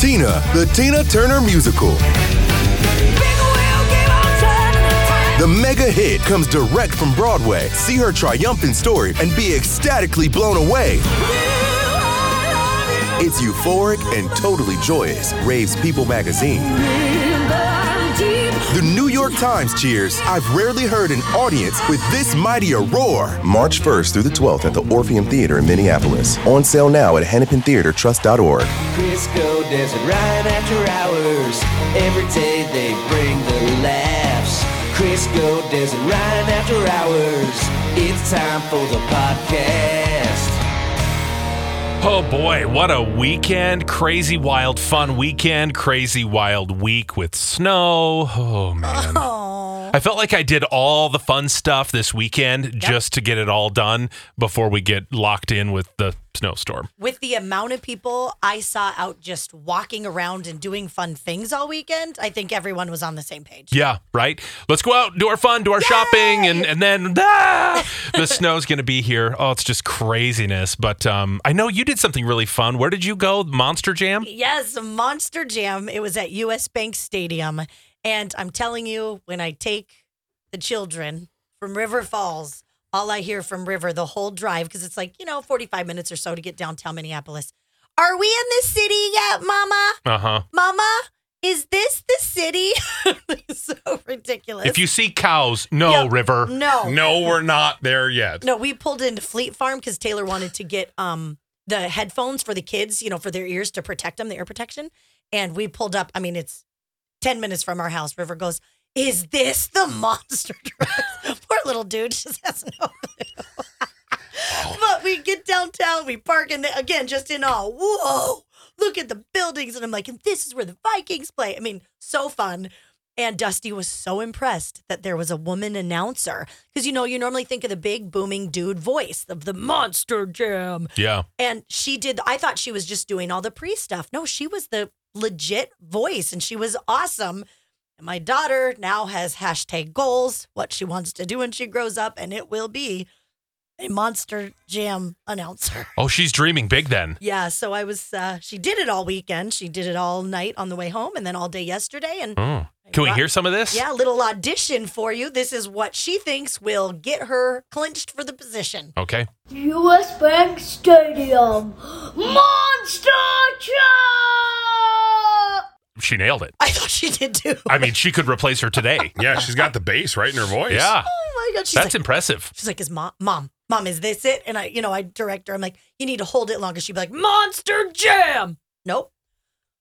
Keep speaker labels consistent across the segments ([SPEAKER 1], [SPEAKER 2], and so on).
[SPEAKER 1] Tina, the Tina Turner Musical. The mega hit comes direct from Broadway. See her triumphant story and be ecstatically blown away. It's euphoric and totally joyous, raves People magazine. The New York Times cheers, I've rarely heard an audience with this mighty a roar. March 1st through the 12th at the Orpheum Theater in Minneapolis. On sale now at hennepintheatertrust.org.
[SPEAKER 2] Crisco does it right after hours. Every day they bring the laughs. Crisco does it right after hours. It's time for the podcast.
[SPEAKER 3] Oh boy, what a weekend. Crazy wild fun weekend. Crazy wild week with snow. Oh man. I felt like I did all the fun stuff this weekend just to get it all done before we get locked in with the snowstorm.
[SPEAKER 4] with the amount of people I saw out just walking around and doing fun things all weekend, I think everyone was on the same page.
[SPEAKER 3] Yeah, right? Let's go out, do our fun, do our shopping, and, and then ah, the snow's going to be here. Oh, it's just craziness. But um, I know you did something really fun. Where did you go? Monster Jam?
[SPEAKER 4] Yes, Monster Jam. It was at US Bank Stadium. And I'm telling you, when I take the children from River Falls, all I hear from River the whole drive, because it's like, you know, 45 minutes or so to get downtown Minneapolis. Are we in the city yet, Mama?
[SPEAKER 3] Uh huh.
[SPEAKER 4] Mama, is this the city? It's so ridiculous.
[SPEAKER 3] If you see cows, no,
[SPEAKER 4] Yeah,
[SPEAKER 3] River.
[SPEAKER 4] no.
[SPEAKER 3] No, we're not there yet.
[SPEAKER 4] No, we pulled into Fleet Farm because Taylor wanted to get um the headphones for the kids, you know, for their ears to protect them, the ear protection. And we pulled up. I mean, it's ten minutes from our house. River goes, "Is this the monster truck?" Poor little dude just has no. clue. but we get downtown, we park, and again, just in awe. Whoa! Look at the buildings, and I'm like, and this is where the Vikings play. I mean, so fun. And Dusty was so impressed that there was a woman announcer because you know you normally think of the big booming dude voice of the Monster Jam,
[SPEAKER 3] Yeah.
[SPEAKER 4] and she did. I thought she was just doing all the pre stuff. No, she was the legit voice, and she was awesome. And my daughter now has hashtag goals, what she wants to do when she grows up, and it will be a Monster Jam announcer.
[SPEAKER 3] Oh, she's dreaming big then.
[SPEAKER 4] Yeah, so I was. Uh, she did it all weekend. She did it all night on the way home, and then all day yesterday. And
[SPEAKER 3] Oh. Can we
[SPEAKER 4] Right.
[SPEAKER 3] hear some of this?
[SPEAKER 4] yeah, a little audition for you. This is what she thinks will get her clinched for the position.
[SPEAKER 3] Okay.
[SPEAKER 5] US Bank Stadium. Monster Truck!
[SPEAKER 3] She nailed it.
[SPEAKER 4] I thought she did too.
[SPEAKER 3] I mean, she could replace her today.
[SPEAKER 6] Yeah, she's got the bass right in her voice.
[SPEAKER 3] Yeah.
[SPEAKER 4] oh my god, she's
[SPEAKER 3] That's
[SPEAKER 4] like,
[SPEAKER 3] impressive.
[SPEAKER 4] she's like, is mom, mom, mom, is this it? And I, you know, I direct her. I'm like, you need to hold it longer. She'd be like, Monster Jam. Nope.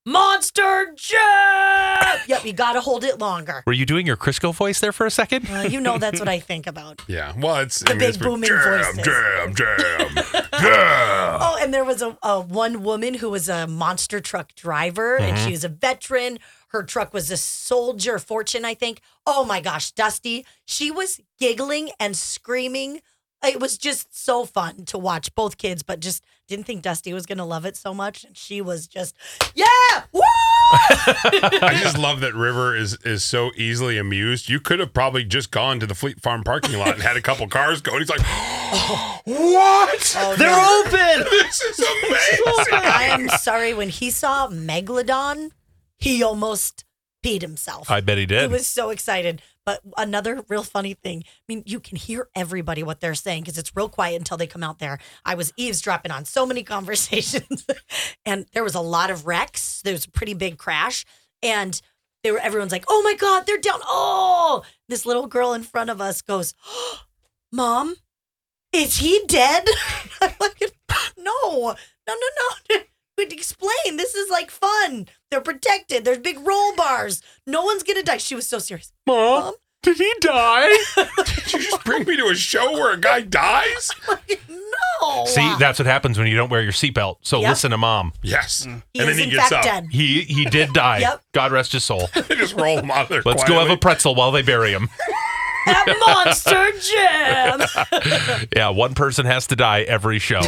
[SPEAKER 4] Monster Jam. yep, you got to hold it longer.
[SPEAKER 3] Were you doing your Crisco voice there for a second?
[SPEAKER 4] Uh, you know, that's what I think about.
[SPEAKER 6] Yeah. Well, it's
[SPEAKER 4] The big
[SPEAKER 6] it's
[SPEAKER 4] booming
[SPEAKER 6] jam,
[SPEAKER 4] voices.
[SPEAKER 6] jam, jam, jam.
[SPEAKER 4] Oh, and there was a, a one woman who was a monster truck driver, and
[SPEAKER 6] Mm-hmm.
[SPEAKER 4] she was a veteran. Her truck was a soldier fortune, I think. Oh my gosh, Dusty, she was giggling and screaming. It was just so fun to watch both kids, but just didn't think Dusty was gonna love it so much, and she was just, yeah, woo!
[SPEAKER 6] I just love that River is is so easily amused. You could have probably just gone to the Fleet Farm parking lot and had a couple cars go. And he's like, "What? They're open. Oh, This is amazing."
[SPEAKER 4] I am sorry when he saw Megalodon, he almost peed himself.
[SPEAKER 3] I bet he
[SPEAKER 4] He
[SPEAKER 3] did.
[SPEAKER 4] was so excited. But another real funny thing, I mean, you can hear everybody what they're saying because it's real quiet until they come out there. I was eavesdropping on so many conversations, and there was a lot of wrecks. There was a pretty big crash, and they were everyone's like, "Oh my god, they're down!" Oh, this little girl in front of us goes, "Mom, is he dead?" I'm like, "No, no, no, no." But explain. This is like fun. They're protected. There's big roll bars. No one's gonna die. She was so serious. Mom,
[SPEAKER 3] Did he die?
[SPEAKER 6] Did you just bring me to a show where a guy dies?
[SPEAKER 4] no.
[SPEAKER 3] See, that's what happens when you don't wear your seatbelt. So
[SPEAKER 4] Yep.
[SPEAKER 3] listen to mom.
[SPEAKER 6] Yes.
[SPEAKER 4] He
[SPEAKER 6] Mm. and
[SPEAKER 4] is
[SPEAKER 6] then he
[SPEAKER 4] in
[SPEAKER 6] gets
[SPEAKER 4] fact
[SPEAKER 6] up.
[SPEAKER 4] dead.
[SPEAKER 3] He he did die.
[SPEAKER 4] Yep.
[SPEAKER 3] God rest his soul.
[SPEAKER 6] They just roll him out of there.
[SPEAKER 3] Let's go have a
[SPEAKER 6] quietly.
[SPEAKER 3] pretzel while they bury him.
[SPEAKER 4] That monster jam.
[SPEAKER 3] Yeah, one person has to die every show.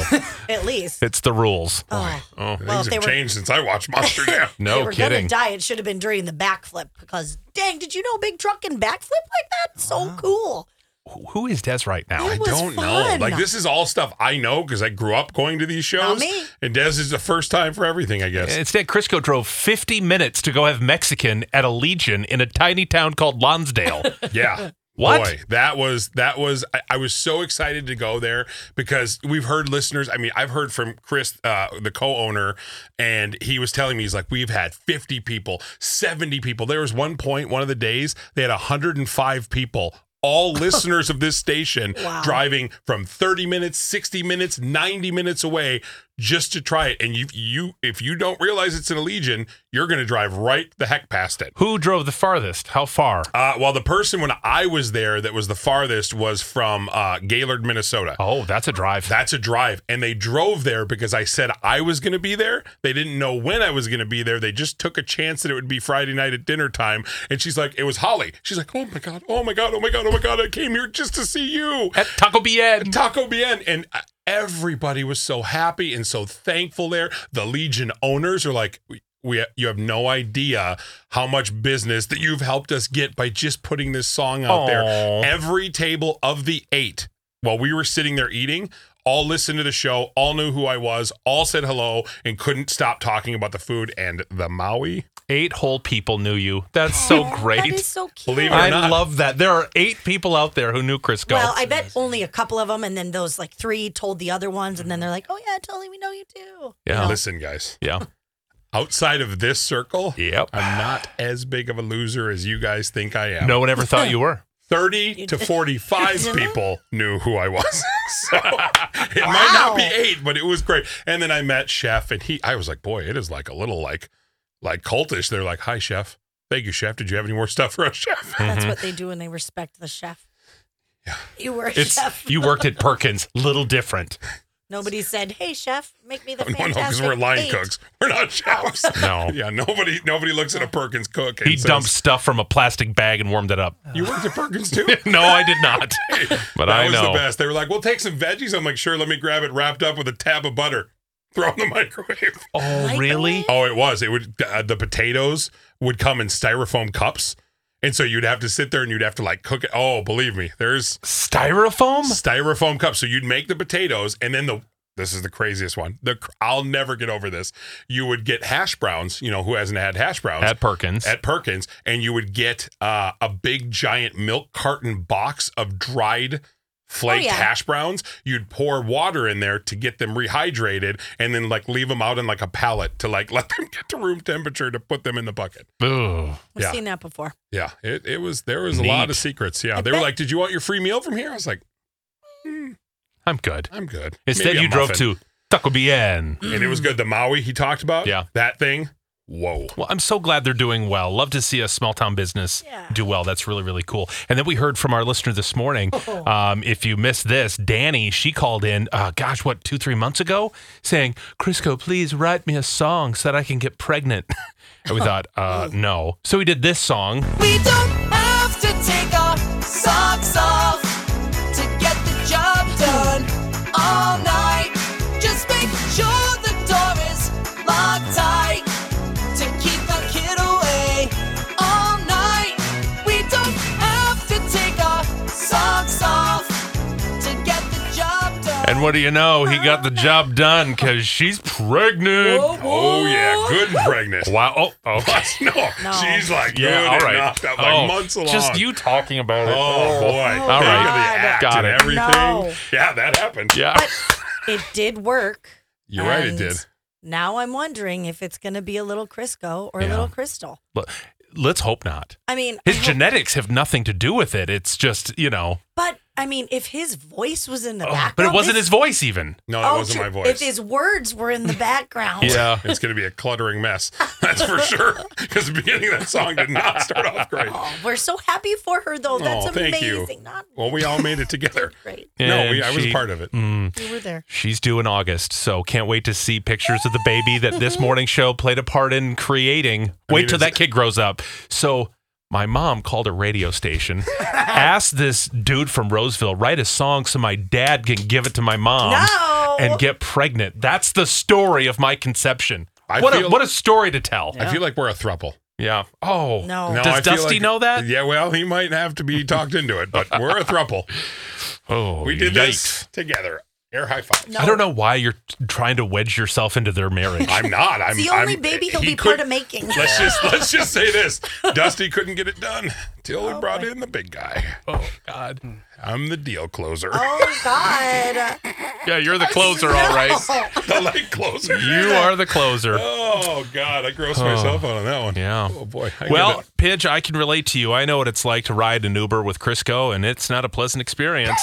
[SPEAKER 4] At least.
[SPEAKER 3] it's the rules.
[SPEAKER 4] Oh.
[SPEAKER 6] Oh,
[SPEAKER 4] Well, if
[SPEAKER 6] things
[SPEAKER 4] they
[SPEAKER 6] have
[SPEAKER 4] were-
[SPEAKER 6] changed since I watched Monster Jam.
[SPEAKER 4] If
[SPEAKER 3] No
[SPEAKER 4] they were
[SPEAKER 3] kidding.
[SPEAKER 4] gonna die. It should have been during the backflip because dang, did you know big truck can backflip like that? So
[SPEAKER 6] Ah.
[SPEAKER 4] cool.
[SPEAKER 3] Who- Who is Des right now?
[SPEAKER 4] It
[SPEAKER 6] I
[SPEAKER 4] was
[SPEAKER 6] don't
[SPEAKER 4] fun.
[SPEAKER 6] know. Like this is all stuff I know because I grew up going to these shows.
[SPEAKER 4] me.
[SPEAKER 6] And Des is the first time for everything, I guess.
[SPEAKER 3] Instead, Crisco drove 50 minutes to go have Mexican at a Legion in a tiny town called Lonsdale.
[SPEAKER 6] Yeah.
[SPEAKER 3] What?
[SPEAKER 6] Boy, that was that was I, I was so excited to go there because we've heard listeners. I mean, I've heard from Chris, uh, the co-owner, and he was telling me he's like, we've had 50 people, 70 people. There was one point, one of the days, they had 105 people. All listeners of this station
[SPEAKER 4] Wow.
[SPEAKER 6] driving from 30 minutes, 60 minutes, 90 minutes away just to try it. And you you if you don't realize it's an Allegiant, you're gonna drive right the heck past it.
[SPEAKER 3] Who drove the farthest? How far?
[SPEAKER 6] Uh, well, the person when I was there that was the farthest was from uh, Gaylord, Minnesota.
[SPEAKER 3] Oh, that's a drive.
[SPEAKER 6] That's a drive. And they drove there because I said I was going to be there. They didn't know when I was going to be there. They just took a chance that it would be Friday night at dinner time. And she's like, it was Holly. She's like, oh my God, oh my God, oh my God, oh my God, I came here just to see you.
[SPEAKER 3] at Taco Bien.
[SPEAKER 6] Taco Bien. And uh, everybody was so happy and so thankful there. The Legion owners are like, we, we, you have no idea how much business that you've helped us get by just putting this song out
[SPEAKER 3] Aw.
[SPEAKER 6] there. Every table of the eight, while we were sitting there eating, all listened to the show, all knew who I was, all said hello, and couldn't stop talking about the food and the Maui.
[SPEAKER 3] Eight whole people knew you. That's so great.
[SPEAKER 4] That is so cute.
[SPEAKER 6] Believe it or
[SPEAKER 3] I
[SPEAKER 6] not.
[SPEAKER 3] love that. There are eight people out there who knew Crisco.
[SPEAKER 4] Well, I bet only a couple of them, and then those like three told the other ones, and then they're like, "Oh yeah, totally, we know you too."
[SPEAKER 3] yeah.
[SPEAKER 6] Listen, guys,
[SPEAKER 3] Yeah.
[SPEAKER 6] outside of this circle,
[SPEAKER 3] Yep.
[SPEAKER 6] I'm not as big of a loser as you guys think I am.
[SPEAKER 3] No one ever thought you were.
[SPEAKER 6] 30 to 45
[SPEAKER 4] didn't?
[SPEAKER 6] people knew who I was. So it might not be
[SPEAKER 4] Wow.
[SPEAKER 6] eight, but it was great. And then I met Chef and he I was like, boy, it is like a little like like cultish. They're like, hi, Chef. Thank you, Chef. Did you have any more stuff for us, Chef?
[SPEAKER 4] That's what they do, and they respect the chef. Yeah. You were a
[SPEAKER 3] It's
[SPEAKER 4] chef.
[SPEAKER 3] you worked at Perkins. Little different.
[SPEAKER 4] Nobody said, "Hey, chef, make me the
[SPEAKER 6] No,
[SPEAKER 4] fantastic."
[SPEAKER 6] because "Oh, we're line
[SPEAKER 4] eight." Oh.
[SPEAKER 6] cooks. We're not chefs.
[SPEAKER 3] No.
[SPEAKER 6] Yeah, nobody nobody looks at a Perkins cook. And
[SPEAKER 3] He
[SPEAKER 6] says,
[SPEAKER 3] dumped stuff from a plastic bag and warmed it up.
[SPEAKER 6] You worked at Perkins too?
[SPEAKER 3] No, I did not. But
[SPEAKER 6] that
[SPEAKER 3] I
[SPEAKER 6] was
[SPEAKER 3] know.
[SPEAKER 6] the best. They were like, "We'll take some veggies." I'm like, "Sure, let me grab it wrapped up with a tab of butter, throw it in the microwave."
[SPEAKER 3] Oh, really?
[SPEAKER 6] Oh, it was. It would uh, the potatoes would come in styrofoam cups, and so you'd have to sit there and you'd have to like cook it. Oh, believe me, there's
[SPEAKER 3] Styrofoam?
[SPEAKER 6] styrofoam cups. So you'd make the potatoes, and then the this is the craziest one. The cr- I'll never get over this. You would get hash browns. You know who hasn't had hash browns
[SPEAKER 3] At Perkins.
[SPEAKER 6] at Perkins, and you would get uh, a big giant milk carton box of dried flaked
[SPEAKER 4] Oh, yeah.
[SPEAKER 6] hash browns. You'd pour water in there to get them rehydrated, and then like leave them out in like a pallet to like let them get to room temperature to put them in the bucket.
[SPEAKER 3] Ugh.
[SPEAKER 4] We've
[SPEAKER 6] Yeah.
[SPEAKER 4] seen that before.
[SPEAKER 6] Yeah, it, it was there was a lot
[SPEAKER 3] Neat.
[SPEAKER 6] of secrets. Yeah,
[SPEAKER 4] I
[SPEAKER 6] they were
[SPEAKER 4] bet-
[SPEAKER 6] like, "Did you want your free meal from here?" I was like,
[SPEAKER 3] I'm good.
[SPEAKER 6] "I'm good."
[SPEAKER 3] Instead,
[SPEAKER 6] Maybe a
[SPEAKER 3] you drove
[SPEAKER 6] muffin.
[SPEAKER 3] to Taco Bien.
[SPEAKER 6] and it was good. The Maui he talked about,
[SPEAKER 3] Yeah.
[SPEAKER 6] that thing. Whoa.
[SPEAKER 3] Well, I'm so glad they're doing well. Love to see a small town business
[SPEAKER 4] Yeah.
[SPEAKER 3] do well. That's really, really cool. And then we heard from our listener this morning. Um, if you missed this, Danny, she called in, uh, gosh, what, two, three months ago, saying, Crisco, please write me a song so that I can get pregnant. and we thought, uh, no. So we did this song.
[SPEAKER 7] We don't have to take our socks off to get the job done all night. Just make sure the door is locked tight to keep the kid away all night. We don't have to take our socks off to get the job done.
[SPEAKER 3] And what do you know? He got the job done because she's pregnant.
[SPEAKER 6] Oh yeah, good and pregnant.
[SPEAKER 3] Wow. Oh, okay.
[SPEAKER 6] no,
[SPEAKER 4] No.
[SPEAKER 6] she's like,
[SPEAKER 3] Yeah,
[SPEAKER 6] good
[SPEAKER 3] all right.
[SPEAKER 6] enough. That,
[SPEAKER 3] Oh,
[SPEAKER 6] like months along.
[SPEAKER 3] Just you talking about it.
[SPEAKER 6] Oh boy!
[SPEAKER 3] All
[SPEAKER 6] Think
[SPEAKER 3] right.
[SPEAKER 6] of the act
[SPEAKER 3] Got
[SPEAKER 6] and
[SPEAKER 3] it.
[SPEAKER 6] Everything.
[SPEAKER 4] No.
[SPEAKER 6] Yeah, that happened.
[SPEAKER 3] Yeah.
[SPEAKER 4] It did work.
[SPEAKER 6] You're right. It
[SPEAKER 4] and
[SPEAKER 6] did.
[SPEAKER 4] Now I'm wondering if it's going to be a little Crisco or a
[SPEAKER 3] Yeah.
[SPEAKER 4] little Crystal.
[SPEAKER 3] But Let's hope not.
[SPEAKER 4] I mean, I
[SPEAKER 3] His
[SPEAKER 4] hope-
[SPEAKER 3] genetics have nothing to do with it. It's just, you know,
[SPEAKER 4] But I mean, if his voice was in the
[SPEAKER 3] Oh,
[SPEAKER 4] background,
[SPEAKER 3] but it wasn't
[SPEAKER 4] this-
[SPEAKER 3] his voice even.
[SPEAKER 6] No, that
[SPEAKER 4] Oh,
[SPEAKER 6] wasn't
[SPEAKER 4] true.
[SPEAKER 6] my voice.
[SPEAKER 4] If his words were in the background,
[SPEAKER 3] Yeah.
[SPEAKER 6] it's going to be a cluttering mess. That's for sure. Because the beginning of that song did not start off great.
[SPEAKER 4] Oh, we're so happy for her though. That's
[SPEAKER 6] Oh, thank you.
[SPEAKER 4] amazing. Not
[SPEAKER 6] Well, we all made it together.
[SPEAKER 4] great.
[SPEAKER 6] No, we,
[SPEAKER 3] And
[SPEAKER 6] I was
[SPEAKER 3] she- Mm.
[SPEAKER 6] part of it.
[SPEAKER 4] You were there.
[SPEAKER 3] She's due in August, so can't wait to see pictures of the baby that this morning show played a part in creating.
[SPEAKER 6] I
[SPEAKER 3] Wait
[SPEAKER 6] mean,
[SPEAKER 3] till
[SPEAKER 6] it's-
[SPEAKER 3] that kid grows up. So my mom called a radio station, asked this dude from Roseville write a song so my dad can give it to my mom
[SPEAKER 4] No.
[SPEAKER 3] and get pregnant. That's the story of my conception.
[SPEAKER 6] I
[SPEAKER 3] what a
[SPEAKER 6] feel-
[SPEAKER 3] what a story to tell.
[SPEAKER 6] I feel like we're a thruple.
[SPEAKER 3] Yeah. Oh.
[SPEAKER 4] No.
[SPEAKER 6] No,
[SPEAKER 3] Does
[SPEAKER 6] I feel
[SPEAKER 3] Dusty
[SPEAKER 6] like-
[SPEAKER 3] know that?
[SPEAKER 6] Yeah, well, he might have to be talked into it, but we're a thruple.
[SPEAKER 3] Oh.
[SPEAKER 6] We did
[SPEAKER 3] yikes.
[SPEAKER 6] this together. Air high five.
[SPEAKER 4] No.
[SPEAKER 3] I don't know why you're trying to wedge yourself into their marriage.
[SPEAKER 6] I'm not. I'm
[SPEAKER 4] It's the only
[SPEAKER 6] I'm- eh,
[SPEAKER 4] baby he'll
[SPEAKER 6] he
[SPEAKER 4] be
[SPEAKER 6] could-
[SPEAKER 4] part of making.
[SPEAKER 6] Let's just let's just say this: Dusty couldn't get it done till we brought in the big guy.
[SPEAKER 3] oh God.
[SPEAKER 6] I'm the deal closer,
[SPEAKER 4] Oh God.
[SPEAKER 3] Yeah, you're the closer, all right.
[SPEAKER 6] the light closer.
[SPEAKER 3] You are the closer.
[SPEAKER 6] Oh God, I grossed myself out on that one.
[SPEAKER 3] Yeah.
[SPEAKER 6] Oh boy. I get
[SPEAKER 3] Well,
[SPEAKER 6] it.
[SPEAKER 3] Pidge, I can relate to you. I know what it's like to ride an Uber with Crisco, and it's not a pleasant experience.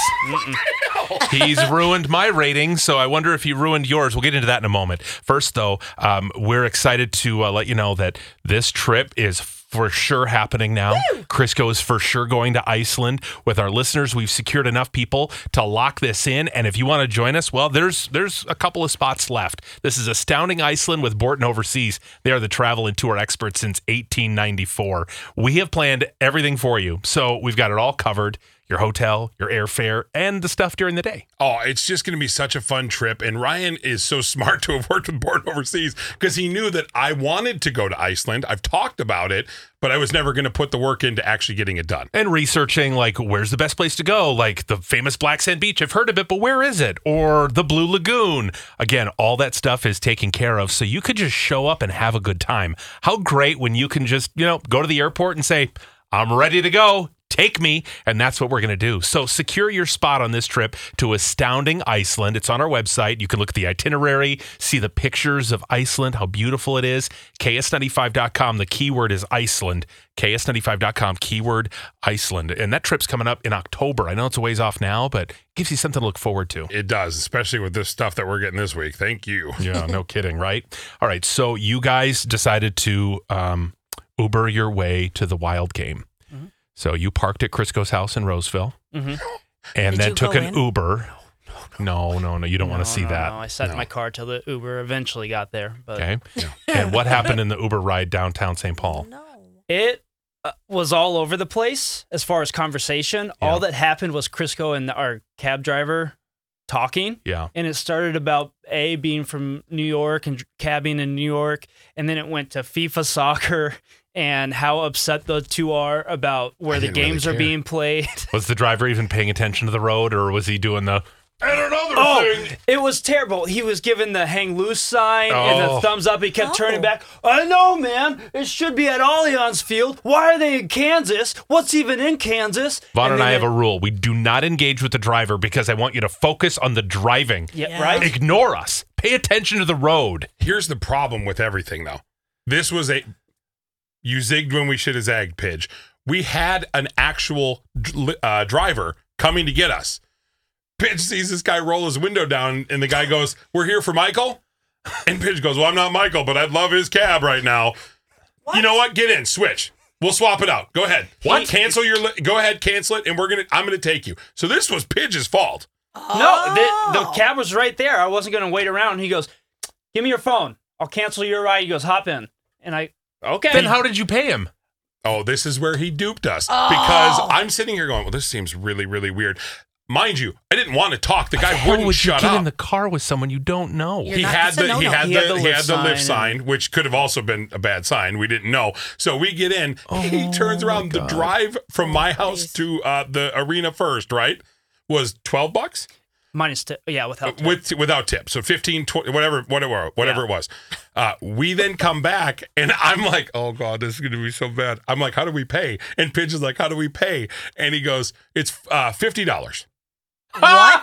[SPEAKER 3] He's ruined my rating, so I wonder if he ruined yours. We'll get into that in a moment. First, though, um, we're excited to uh, let you know that this trip is for sure happening now. Crisco is for sure going to Iceland with our listeners. We've secured enough people to lock this in, and if you want to join us, well, there's there's a couple of spots left. This is astounding Iceland with Borton Overseas. They are the travel and tour experts since 1894. We have planned everything for you, so we've got it all covered. Your hotel, your airfare, and the stuff during the day.
[SPEAKER 6] oh, it's just going to be such a fun trip. And Ryan is so smart to have worked with Born Overseas because he knew that I wanted to go to Iceland. I've talked about it, but I was never going to put the work into actually getting it done.
[SPEAKER 3] and researching like where's the best place to go like the famous black sand beach i've heard of it but where is it or the blue lagoon again all that stuff is taken care of so you could just show up and have a good time how great when you can just you know go to the airport and say i'm ready to go Take me, and that's what we're going to do. So, secure your spot on this trip to Astounding Iceland. It's on our website. You can look at the itinerary, see the pictures of Iceland, how beautiful it is. KS95.com. The keyword is Iceland. KS95.com, keyword Iceland. And that trip's coming up in October. I know it's a ways off now, but gives you something to look forward to.
[SPEAKER 6] It does, especially with this stuff that we're getting this week. Thank you.
[SPEAKER 3] Yeah, no kidding, right? All right. So, you guys decided to um, Uber your way to the wild game.
[SPEAKER 8] Mm-hmm.
[SPEAKER 3] So, you parked at Crisco's house in Roseville. and
[SPEAKER 4] Did
[SPEAKER 3] then
[SPEAKER 4] you
[SPEAKER 3] took
[SPEAKER 4] go
[SPEAKER 3] an
[SPEAKER 4] in?
[SPEAKER 3] Uber. No, no, no, You don't want to see that.
[SPEAKER 8] No, I sat in my car till the Uber eventually got there. But
[SPEAKER 3] Okay. and what happened in the Uber ride downtown St. Paul?
[SPEAKER 4] No.
[SPEAKER 8] it uh, was all over the place as far as conversation. All that happened was Crisco and our cab driver talking.
[SPEAKER 3] Yeah.
[SPEAKER 8] And it started about A being from New York and dr- cabbing in New York. And then it went to FIFA soccer and how upset the two are about where
[SPEAKER 6] I
[SPEAKER 8] the
[SPEAKER 6] didn't really
[SPEAKER 8] games are
[SPEAKER 6] care.
[SPEAKER 8] being played.
[SPEAKER 3] Was the driver even paying attention to the road or was he doing the
[SPEAKER 8] Oh, it was terrible. He was given the hang loose sign and
[SPEAKER 3] Oh.
[SPEAKER 8] the thumbs up. He kept turning
[SPEAKER 4] Oh.
[SPEAKER 8] back. I know, man. It should be at Allianz Field. Why are they in Kansas? What's even in Kansas?
[SPEAKER 3] Vaughn and
[SPEAKER 8] then
[SPEAKER 3] I have
[SPEAKER 8] it-
[SPEAKER 3] a rule. We do not engage with the driver because I want you to focus on the driving.
[SPEAKER 8] yeah,
[SPEAKER 4] Yeah.
[SPEAKER 8] right.
[SPEAKER 3] Ignore us. Pay attention to the road.
[SPEAKER 6] Here's the problem with everything, though. This was a you zigged when we should have zagged, Pidge. We had an actual dr- uh, driver coming to get us. Pidge sees this guy roll his window down, and the guy goes, "We're here for Michael." And Pidge goes, "Well, I'm not Michael, but I'd love his cab right now." You know what? Get in, switch. We'll swap it out. Go ahead. What? Cancel your. Li- go ahead, cancel it, and we're gonna. I'm gonna take you. So this was Pidge's fault.
[SPEAKER 8] No, the, the cab was right there. I wasn't going to wait around. He goes, "Give me your phone. I'll cancel your ride." He goes, "Hop in." And I, okay.
[SPEAKER 3] Then how did you pay him?
[SPEAKER 6] Oh, this is where he duped us because I'm sitting here going, well, this seems really, really weird. Mind you, I didn't want to talk. The guy
[SPEAKER 3] How
[SPEAKER 6] wouldn't
[SPEAKER 3] would
[SPEAKER 6] shut
[SPEAKER 3] you get
[SPEAKER 6] up.
[SPEAKER 3] in the car with someone you don't know?
[SPEAKER 4] You're
[SPEAKER 6] he
[SPEAKER 4] not-
[SPEAKER 6] had
[SPEAKER 4] it's a
[SPEAKER 6] the he
[SPEAKER 4] no-no.
[SPEAKER 6] had
[SPEAKER 8] He
[SPEAKER 6] the,
[SPEAKER 8] had the
[SPEAKER 6] he had
[SPEAKER 8] lift
[SPEAKER 6] the lift
[SPEAKER 8] sign
[SPEAKER 6] sign, which could have also been a bad sign. We didn't know. So we get in. he turns around. The drive from my house to uh, the arena first, right, was twelve bucks
[SPEAKER 8] Minus t- yeah, without
[SPEAKER 6] Uh, with without tip. So 15, 20, whatever, whatever, whatever it was. Uh, we then come back and I'm like, oh God, this is going to be so bad. I'm like, how do we pay? And Pigeon's like, how do we pay? And he goes, it's uh, $50.
[SPEAKER 8] what?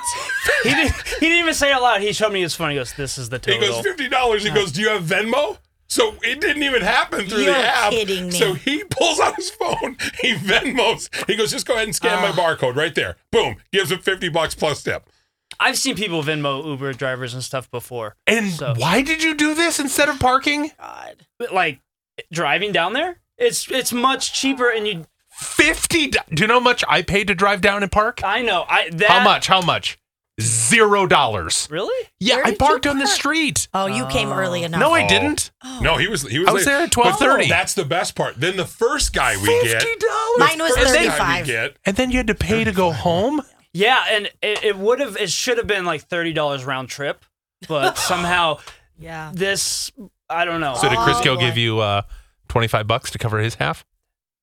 [SPEAKER 8] he didn't. He didn't even say it out loud. He showed me his phone. He goes, "This is the
[SPEAKER 6] He
[SPEAKER 8] total."
[SPEAKER 6] goes, $50. He goes, do you have Venmo? So it didn't even happen through
[SPEAKER 4] You're
[SPEAKER 6] the app.
[SPEAKER 4] kidding me.
[SPEAKER 6] So he pulls out his phone, he Venmos, he goes, just go ahead and scan my barcode right there. Boom, gives him 50 bucks plus tip.
[SPEAKER 8] I've seen people Venmo Uber drivers and stuff before.
[SPEAKER 3] And
[SPEAKER 8] So-
[SPEAKER 3] why did you do this instead of parking?
[SPEAKER 4] God.
[SPEAKER 8] But like driving down there, it's it's much cheaper and you
[SPEAKER 3] Fifty. Do you know how much I paid to drive down and park?
[SPEAKER 8] I know. I Uh, that
[SPEAKER 3] How much? How much? Zero dollars.
[SPEAKER 8] Really?
[SPEAKER 3] Yeah,
[SPEAKER 4] Where
[SPEAKER 3] I
[SPEAKER 4] did you
[SPEAKER 3] parked on the
[SPEAKER 4] park?
[SPEAKER 3] street.
[SPEAKER 4] Oh, you came early enough.
[SPEAKER 3] No, I
[SPEAKER 6] Oh.
[SPEAKER 3] didn't.
[SPEAKER 6] No, he was he was,
[SPEAKER 3] I was
[SPEAKER 6] late.
[SPEAKER 3] there at
[SPEAKER 6] But
[SPEAKER 3] 12:30.
[SPEAKER 6] That's the best part. Then the first guy we get,
[SPEAKER 3] Fifty dollars.
[SPEAKER 4] Mine was
[SPEAKER 6] first guy we
[SPEAKER 4] 35.
[SPEAKER 6] get,
[SPEAKER 3] And then you had to pay to go home.
[SPEAKER 8] Yeah, and it, it would have it should have been like thirty dollars round trip, but somehow
[SPEAKER 4] Yeah.
[SPEAKER 8] this I don't know.
[SPEAKER 3] So did
[SPEAKER 4] Oh,
[SPEAKER 3] Crisco
[SPEAKER 4] boy.
[SPEAKER 3] give you uh, twenty five bucks to cover his half?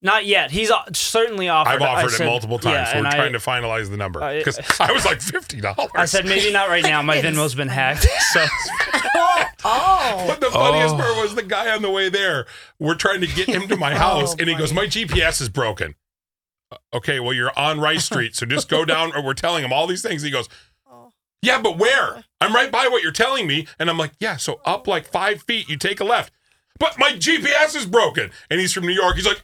[SPEAKER 8] Not yet. He's o- certainly offered.
[SPEAKER 6] I've
[SPEAKER 8] I
[SPEAKER 6] offered
[SPEAKER 8] said-
[SPEAKER 6] it multiple
[SPEAKER 8] yeah,
[SPEAKER 6] times. so
[SPEAKER 8] and
[SPEAKER 6] we're
[SPEAKER 8] I-
[SPEAKER 6] trying to finalize the number
[SPEAKER 8] I-
[SPEAKER 6] because I, was like fifty dollars.
[SPEAKER 8] I said maybe not right now. My Venmo's been hacked. So
[SPEAKER 4] Oh, oh.
[SPEAKER 6] But the funniest
[SPEAKER 3] Oh.
[SPEAKER 6] part was the guy on the way there. We're trying to get him to my house,
[SPEAKER 4] Oh,
[SPEAKER 6] and he goes, "My GPS is broken." Uh, Okay, well you're on Rice Street, so just go down. Or we're telling him all these things. He goes,
[SPEAKER 4] Oh.
[SPEAKER 6] "Yeah, but where? I'm right by what you're telling me." And I'm like, "Yeah, so
[SPEAKER 4] Oh.
[SPEAKER 6] up like five feet, you take a left." But my GPS is broken, and he's from New York. He's like,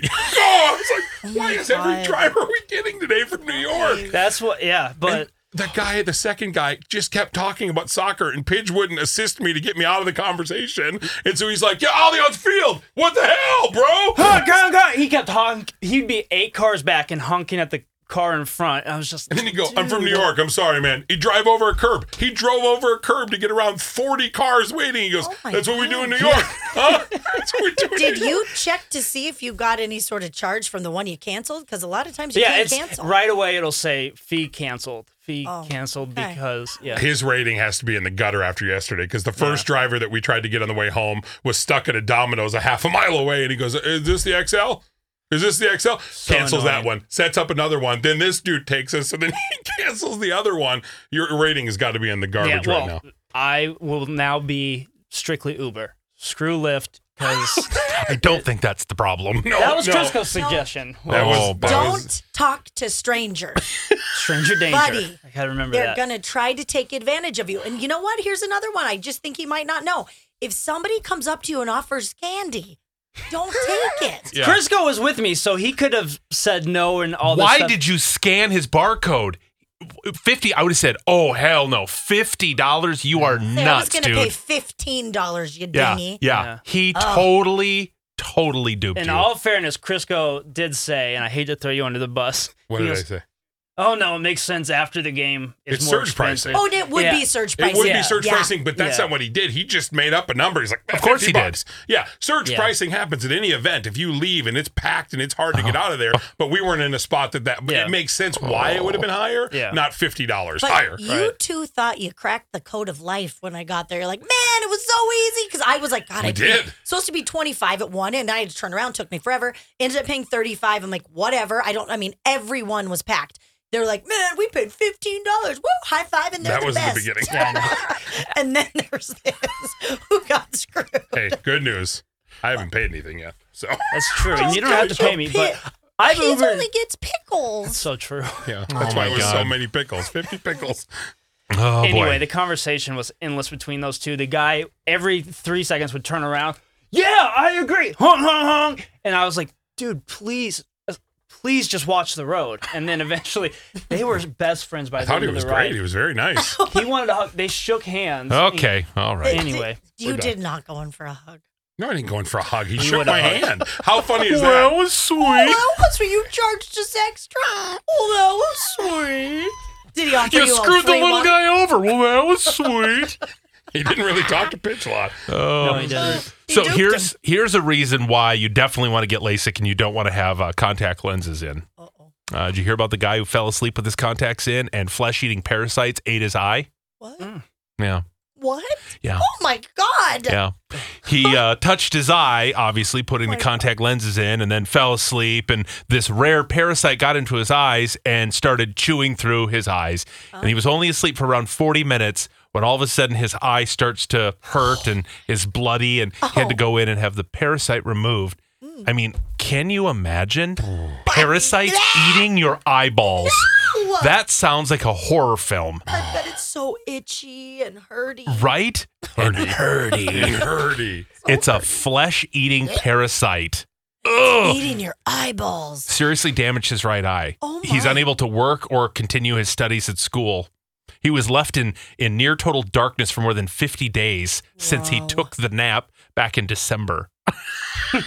[SPEAKER 6] go!" I was
[SPEAKER 4] Oh
[SPEAKER 6] like,
[SPEAKER 4] my
[SPEAKER 6] "Why is every
[SPEAKER 4] God.
[SPEAKER 6] driver we getting today from New York?"
[SPEAKER 8] that's what. Yeah, but
[SPEAKER 6] And the guy, the second guy, just kept talking about soccer, and Pidge wouldn't assist me to get me out of the conversation. And so he's like, "Yeah, Ollie on field. What the hell, bro?"
[SPEAKER 8] Honk, honk, honk. he kept honk. He'd be eight cars back and honking at the car in front. I was just.
[SPEAKER 6] And then you go, "I'm from New York. I'm sorry, man." He drive over a curb. He drove over a curb to get around 40 cars waiting. He goes,
[SPEAKER 4] Oh my
[SPEAKER 6] "That's what we do in New York, huh? That's what we do." In
[SPEAKER 4] Did
[SPEAKER 6] New York."
[SPEAKER 4] you check to see if you got any sort of charge from the one you canceled? Because a lot of times you
[SPEAKER 8] Yeah,
[SPEAKER 4] can't
[SPEAKER 8] it's
[SPEAKER 4] cancel.
[SPEAKER 8] right away. It'll say fee canceled. Fee
[SPEAKER 4] Oh,
[SPEAKER 8] canceled
[SPEAKER 4] okay.
[SPEAKER 8] because yeah.
[SPEAKER 6] His rating has to be in the gutter after yesterday because the first driver that we tried to get on the way home was stuck at a Domino's a half a mile away, and he goes, "Is this the XL? Is this the XL?" cancels that
[SPEAKER 8] annoying.
[SPEAKER 6] one, sets up another one. Then this dude takes us, and then he cancels the other one. Your rating has got to be in the
[SPEAKER 8] Yeah.
[SPEAKER 6] garbage
[SPEAKER 8] Well,
[SPEAKER 6] right now.
[SPEAKER 8] I will now be strictly Uber. Screw Lyft because
[SPEAKER 3] I don't think that's the problem.
[SPEAKER 6] No,
[SPEAKER 8] that was
[SPEAKER 6] no.
[SPEAKER 8] Crisco's suggestion.
[SPEAKER 6] That was-
[SPEAKER 3] Oh,
[SPEAKER 6] that
[SPEAKER 4] Don't
[SPEAKER 6] was-
[SPEAKER 4] talk to strangers.
[SPEAKER 8] Stranger danger.
[SPEAKER 4] Buddy,
[SPEAKER 8] I gotta remember
[SPEAKER 4] They're
[SPEAKER 8] that.
[SPEAKER 4] going to try to take advantage of you. And you know what? Here's another one. I just think he might not know. If somebody comes up to you and offers candy, don't take it.
[SPEAKER 6] Yeah.
[SPEAKER 8] Crisco was with me, so he could have said no and all. This
[SPEAKER 3] Why
[SPEAKER 8] stuff.
[SPEAKER 3] did you scan his barcode? Fifty. I would have said, "Oh hell no, fifty dollars. You are
[SPEAKER 4] Say, I was
[SPEAKER 3] nuts,
[SPEAKER 4] going
[SPEAKER 3] dude."
[SPEAKER 4] to pay $15, you
[SPEAKER 3] yeah,
[SPEAKER 4] dingy.
[SPEAKER 3] yeah,
[SPEAKER 8] Yeah.
[SPEAKER 3] He totally, totally duped
[SPEAKER 8] In
[SPEAKER 3] you.
[SPEAKER 8] all fairness, Crisco did say, and I hate to throw you under the bus.
[SPEAKER 6] What
[SPEAKER 8] he
[SPEAKER 6] did I
[SPEAKER 8] goes,
[SPEAKER 6] say?
[SPEAKER 8] Oh no, it makes sense after the game. It's,
[SPEAKER 6] It's
[SPEAKER 8] more
[SPEAKER 6] surge pricing.
[SPEAKER 8] expensive.
[SPEAKER 4] Oh, and it would
[SPEAKER 8] Yeah.
[SPEAKER 4] be surge
[SPEAKER 6] It
[SPEAKER 4] pricing.
[SPEAKER 6] would
[SPEAKER 8] Yeah.
[SPEAKER 6] be surge
[SPEAKER 4] Yeah.
[SPEAKER 6] pricing, but that's
[SPEAKER 8] Yeah.
[SPEAKER 6] not what he did. He just made up a number. He's like,
[SPEAKER 3] Of course
[SPEAKER 6] 50
[SPEAKER 3] he did.
[SPEAKER 6] bucks. Yeah, surge
[SPEAKER 8] Yeah.
[SPEAKER 6] pricing happens at any event. If you leave and it's packed and it's hard to get
[SPEAKER 3] Uh-huh.
[SPEAKER 6] out of there, but we weren't in a spot that that. But
[SPEAKER 8] Yeah.
[SPEAKER 6] It makes sense why it would
[SPEAKER 3] Oh.
[SPEAKER 6] have been higher,
[SPEAKER 8] Yeah.
[SPEAKER 6] not fifty dollars
[SPEAKER 4] But
[SPEAKER 6] higher.
[SPEAKER 4] you two thought you cracked the code of life when I got there. You're like, man, it was so easy because I was like, God,
[SPEAKER 6] We
[SPEAKER 4] I
[SPEAKER 6] did.
[SPEAKER 4] Supposed to be 25 at one, and I had to turn around. Took me forever. Ended up paying 35. I'm like, whatever. I don't. I mean, everyone was packed. They're like, man, we paid fifteen dollars. Woo! High five, and they're
[SPEAKER 6] That
[SPEAKER 4] the
[SPEAKER 6] was
[SPEAKER 4] best.
[SPEAKER 6] the beginning.
[SPEAKER 4] And then there's this who got screwed.
[SPEAKER 6] hey, good news. I haven't paid anything yet. So
[SPEAKER 8] That's true. And you don't have to pay me, but I've
[SPEAKER 4] He
[SPEAKER 8] Ubered.
[SPEAKER 4] only gets pickles.
[SPEAKER 8] so true.
[SPEAKER 6] yeah, that's
[SPEAKER 3] Oh
[SPEAKER 6] why
[SPEAKER 3] my
[SPEAKER 6] it was so
[SPEAKER 3] God.
[SPEAKER 6] many pickles. Fifty pickles.
[SPEAKER 3] oh
[SPEAKER 8] anyway,
[SPEAKER 3] boy.
[SPEAKER 8] the conversation was endless between those two. The guy every three seconds would turn around. Yeah, I agree. Honk, honk, honk. And I was like, dude, please, uh, please just watch the road. And then eventually, they were best friends by
[SPEAKER 6] I
[SPEAKER 8] the
[SPEAKER 6] thought
[SPEAKER 8] end
[SPEAKER 6] he
[SPEAKER 8] of
[SPEAKER 6] was
[SPEAKER 8] the
[SPEAKER 6] great.
[SPEAKER 8] ride.
[SPEAKER 6] He was Oh. very nice.
[SPEAKER 8] He wanted to hug. They shook hands.
[SPEAKER 3] okay. All right.
[SPEAKER 8] Anyway,
[SPEAKER 4] you did not go in for a hug.
[SPEAKER 6] No, I didn't go in for a hug. He shook
[SPEAKER 8] would've
[SPEAKER 6] my
[SPEAKER 8] hugged.
[SPEAKER 6] hand. How funny is
[SPEAKER 3] Well,
[SPEAKER 6] that?
[SPEAKER 3] was sweet.
[SPEAKER 4] Well, what's for you charged just extra? Oh, that was sweet. Did he offer you,
[SPEAKER 3] You
[SPEAKER 4] a
[SPEAKER 3] screwed the
[SPEAKER 4] free
[SPEAKER 3] little
[SPEAKER 4] one?
[SPEAKER 3] guy over. Well, that was sweet.
[SPEAKER 6] He didn't really talk to Pitch a lot.
[SPEAKER 8] no, he didn't.
[SPEAKER 4] He
[SPEAKER 3] so
[SPEAKER 4] duped
[SPEAKER 3] here's
[SPEAKER 4] him.
[SPEAKER 3] here's a reason why you definitely want to get LASIK and you don't want to have uh, contact lenses in.
[SPEAKER 4] Uh-oh.
[SPEAKER 3] Uh, did you hear about the guy who fell asleep with his contacts in and flesh eating parasites ate his eye?
[SPEAKER 4] What?
[SPEAKER 3] Yeah.
[SPEAKER 4] What?
[SPEAKER 3] Yeah.
[SPEAKER 4] Oh my God.
[SPEAKER 3] Mm. Yeah. He uh, touched his eye, obviously, putting the
[SPEAKER 4] my
[SPEAKER 3] contact lenses in, and then fell asleep. And this rare parasite got into his eyes and started chewing through his eyes. And he was only asleep for around 40 minutes when all of a sudden his eye starts to hurt and is bloody, and he had to go in and have the parasite removed. I mean, can you imagine parasites eating your eyeballs?
[SPEAKER 4] Ew.
[SPEAKER 3] That sounds like a horror film,
[SPEAKER 4] I bet it's so itchy and hurty.
[SPEAKER 3] right? And herdy.
[SPEAKER 6] Dirty.
[SPEAKER 3] It's a flesh eating parasite. Ugh.
[SPEAKER 4] Eating your eyeballs.
[SPEAKER 3] Seriously damaged his right eye.
[SPEAKER 4] Oh
[SPEAKER 3] He's
[SPEAKER 4] my.
[SPEAKER 3] unable to work or continue his studies at school. He was left in, in near total darkness for more than 50 days since he
[SPEAKER 4] Wow.
[SPEAKER 3] took the nap back in December.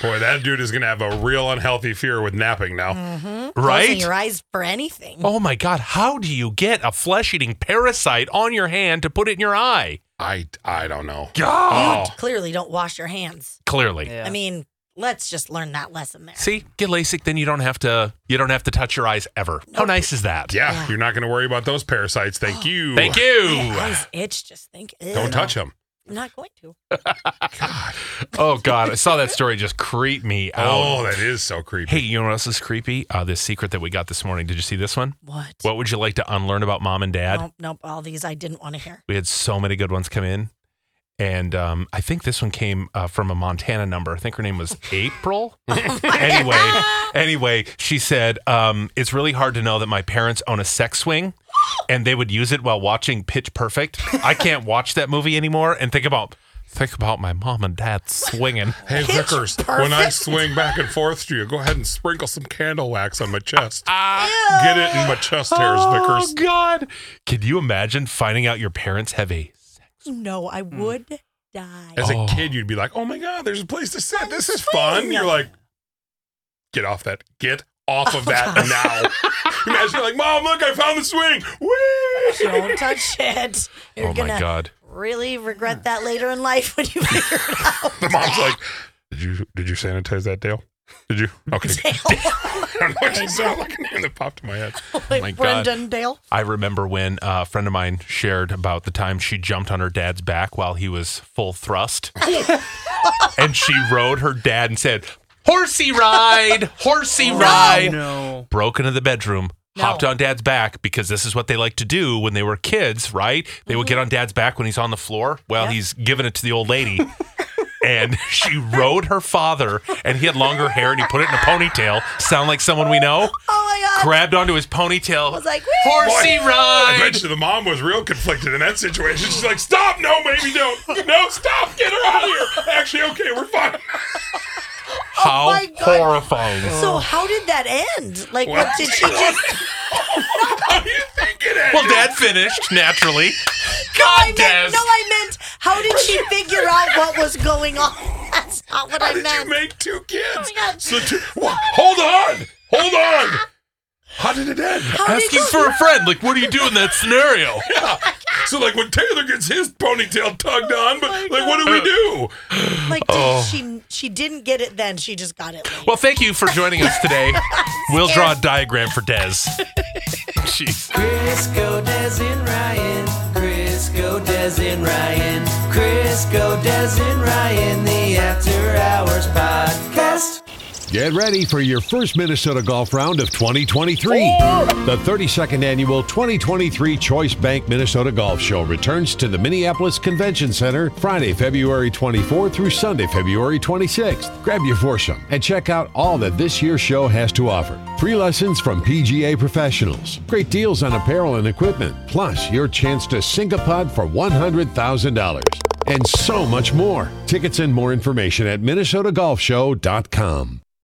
[SPEAKER 6] Boy, that dude is gonna have a real unhealthy fear with napping now.
[SPEAKER 4] Hmm.
[SPEAKER 3] Right?
[SPEAKER 4] Closing your eyes for anything.
[SPEAKER 3] Oh my God, how do you get a flesh eating parasite on your hand to put it in your eye?
[SPEAKER 6] I I don't know. Oh.
[SPEAKER 4] You
[SPEAKER 6] God.
[SPEAKER 4] clearly don't wash your hands.
[SPEAKER 3] Clearly.
[SPEAKER 8] Yeah.
[SPEAKER 4] I mean, let's just learn that lesson there.
[SPEAKER 3] See, get LASIK, then you don't have to you don't have to touch your eyes ever. How nice is that?
[SPEAKER 6] Yeah,
[SPEAKER 4] Yeah.
[SPEAKER 6] you're not gonna worry about those parasites. Thank you.
[SPEAKER 3] Thank
[SPEAKER 4] My
[SPEAKER 3] you.
[SPEAKER 4] eyes itch. Just think. Ew,
[SPEAKER 6] Don't
[SPEAKER 4] no.
[SPEAKER 6] touch them.
[SPEAKER 4] I'm not going to.
[SPEAKER 3] Oh God, I saw that story just creep me out.
[SPEAKER 6] Oh, that is so creepy.
[SPEAKER 3] Hey, you know what else is creepy? Uh, this secret that we got this morning. Did you see this one?
[SPEAKER 4] What?
[SPEAKER 3] What would you like to unlearn about mom and dad?
[SPEAKER 4] Nope, nope. All these I didn't want to hear.
[SPEAKER 3] We had so many good ones come in. And um, I think this one came uh, from a Montana number. I think her name was April.
[SPEAKER 4] Oh
[SPEAKER 3] anyway, anyway, she said um, it's really hard to know that my parents own a sex swing, and they would use it while watching Pitch Perfect. I can't watch that movie anymore and think about think about my mom and dad swinging.
[SPEAKER 6] Hey,
[SPEAKER 4] Pitch
[SPEAKER 6] Vickers, when I
[SPEAKER 4] perfect.
[SPEAKER 6] swing back and forth to you, go ahead and sprinkle some candle wax on my chest.
[SPEAKER 3] Ah.
[SPEAKER 6] Get it in my chest hairs,
[SPEAKER 3] Oh
[SPEAKER 6] Vickers.
[SPEAKER 3] God! Can you imagine finding out your parents have a Mm.
[SPEAKER 4] No, I would die.
[SPEAKER 6] As
[SPEAKER 3] Oh.
[SPEAKER 6] a kid, you'd be like, oh my God, there's a place to sit. This is fun.
[SPEAKER 4] swing.
[SPEAKER 6] You're like, get off that. Get off of that now. Imagine you're like, Mom, look, I found the swing. Whee!
[SPEAKER 4] Don't touch it. You're
[SPEAKER 3] oh
[SPEAKER 4] gonna
[SPEAKER 3] my God?
[SPEAKER 4] really regret that later in life when you figure it out.
[SPEAKER 3] Oh
[SPEAKER 6] The mom's like, did you did you sanitize that, Dale? Did you? Okay.
[SPEAKER 4] Dale.
[SPEAKER 6] I don't know what you sound like. A name that popped in my head.
[SPEAKER 4] Like
[SPEAKER 3] my God.
[SPEAKER 4] Brendan Dale.
[SPEAKER 3] I remember when uh, a friend of mine shared about the time she jumped on her dad's back while he was full thrust. and she rode her dad and said, Horsey ride, horsey ride.
[SPEAKER 8] No.
[SPEAKER 3] Broke into the bedroom,
[SPEAKER 4] No.
[SPEAKER 3] hopped on dad's back because this is what they like to do when they were kids, right? They would get on dad's back when he's on the floor. Well, he's giving it to the old lady. and she rode her father, and he had longer hair and he put it in a ponytail. Sound like someone we know?
[SPEAKER 4] Oh my God.
[SPEAKER 3] grabbed onto his ponytail.
[SPEAKER 4] I was like, Oh
[SPEAKER 3] horsey
[SPEAKER 6] I
[SPEAKER 3] ride.
[SPEAKER 6] bet you the mom was real conflicted in that situation. She's like, stop, no, baby, don't. No, stop, get her out of here. Actually, okay, we're fine.
[SPEAKER 3] How
[SPEAKER 4] my God.
[SPEAKER 3] horrifying.
[SPEAKER 4] So how did that end? Like, what did
[SPEAKER 3] Oh
[SPEAKER 4] she just?
[SPEAKER 6] How do you think it ended?
[SPEAKER 3] Well, Dad finished naturally.
[SPEAKER 4] I
[SPEAKER 3] God, Des.
[SPEAKER 4] meant, no, I meant how did she figure out what was going on? That's not what I
[SPEAKER 6] How did you
[SPEAKER 4] meant.
[SPEAKER 6] make two kids?
[SPEAKER 4] Oh my God.
[SPEAKER 6] So two, wha- hold on, hold on. How did it end?
[SPEAKER 4] How did
[SPEAKER 3] Asking
[SPEAKER 4] you-
[SPEAKER 3] for a friend. Like, what do you do in that scenario?
[SPEAKER 6] So like when Taylor gets his ponytail tugged on, but
[SPEAKER 4] Oh
[SPEAKER 6] like what do we do?
[SPEAKER 4] like did
[SPEAKER 3] Oh.
[SPEAKER 4] she she didn't get it then she just got it later.
[SPEAKER 3] Well, thank you for joining us today. We'll draw a diagram for Des. Jeez.
[SPEAKER 2] Crisco, Des, and Ryan. Crisco, Des, and Ryan. Crisco, Des, and Ryan. The After Hours Podcast.
[SPEAKER 9] Get ready for your first Minnesota golf round of 2023. The 32nd annual 2023 Choice Bank Minnesota Golf Show returns to the Minneapolis Convention Center Friday, February 24 through Sunday, February 26th. Grab your foursome and check out all that this year's show has to offer. Free lessons from PGA professionals, great deals on apparel and equipment, plus your chance to sink a putt for $100,000 and so much more. Tickets and more information at minnesotagolfshow.com.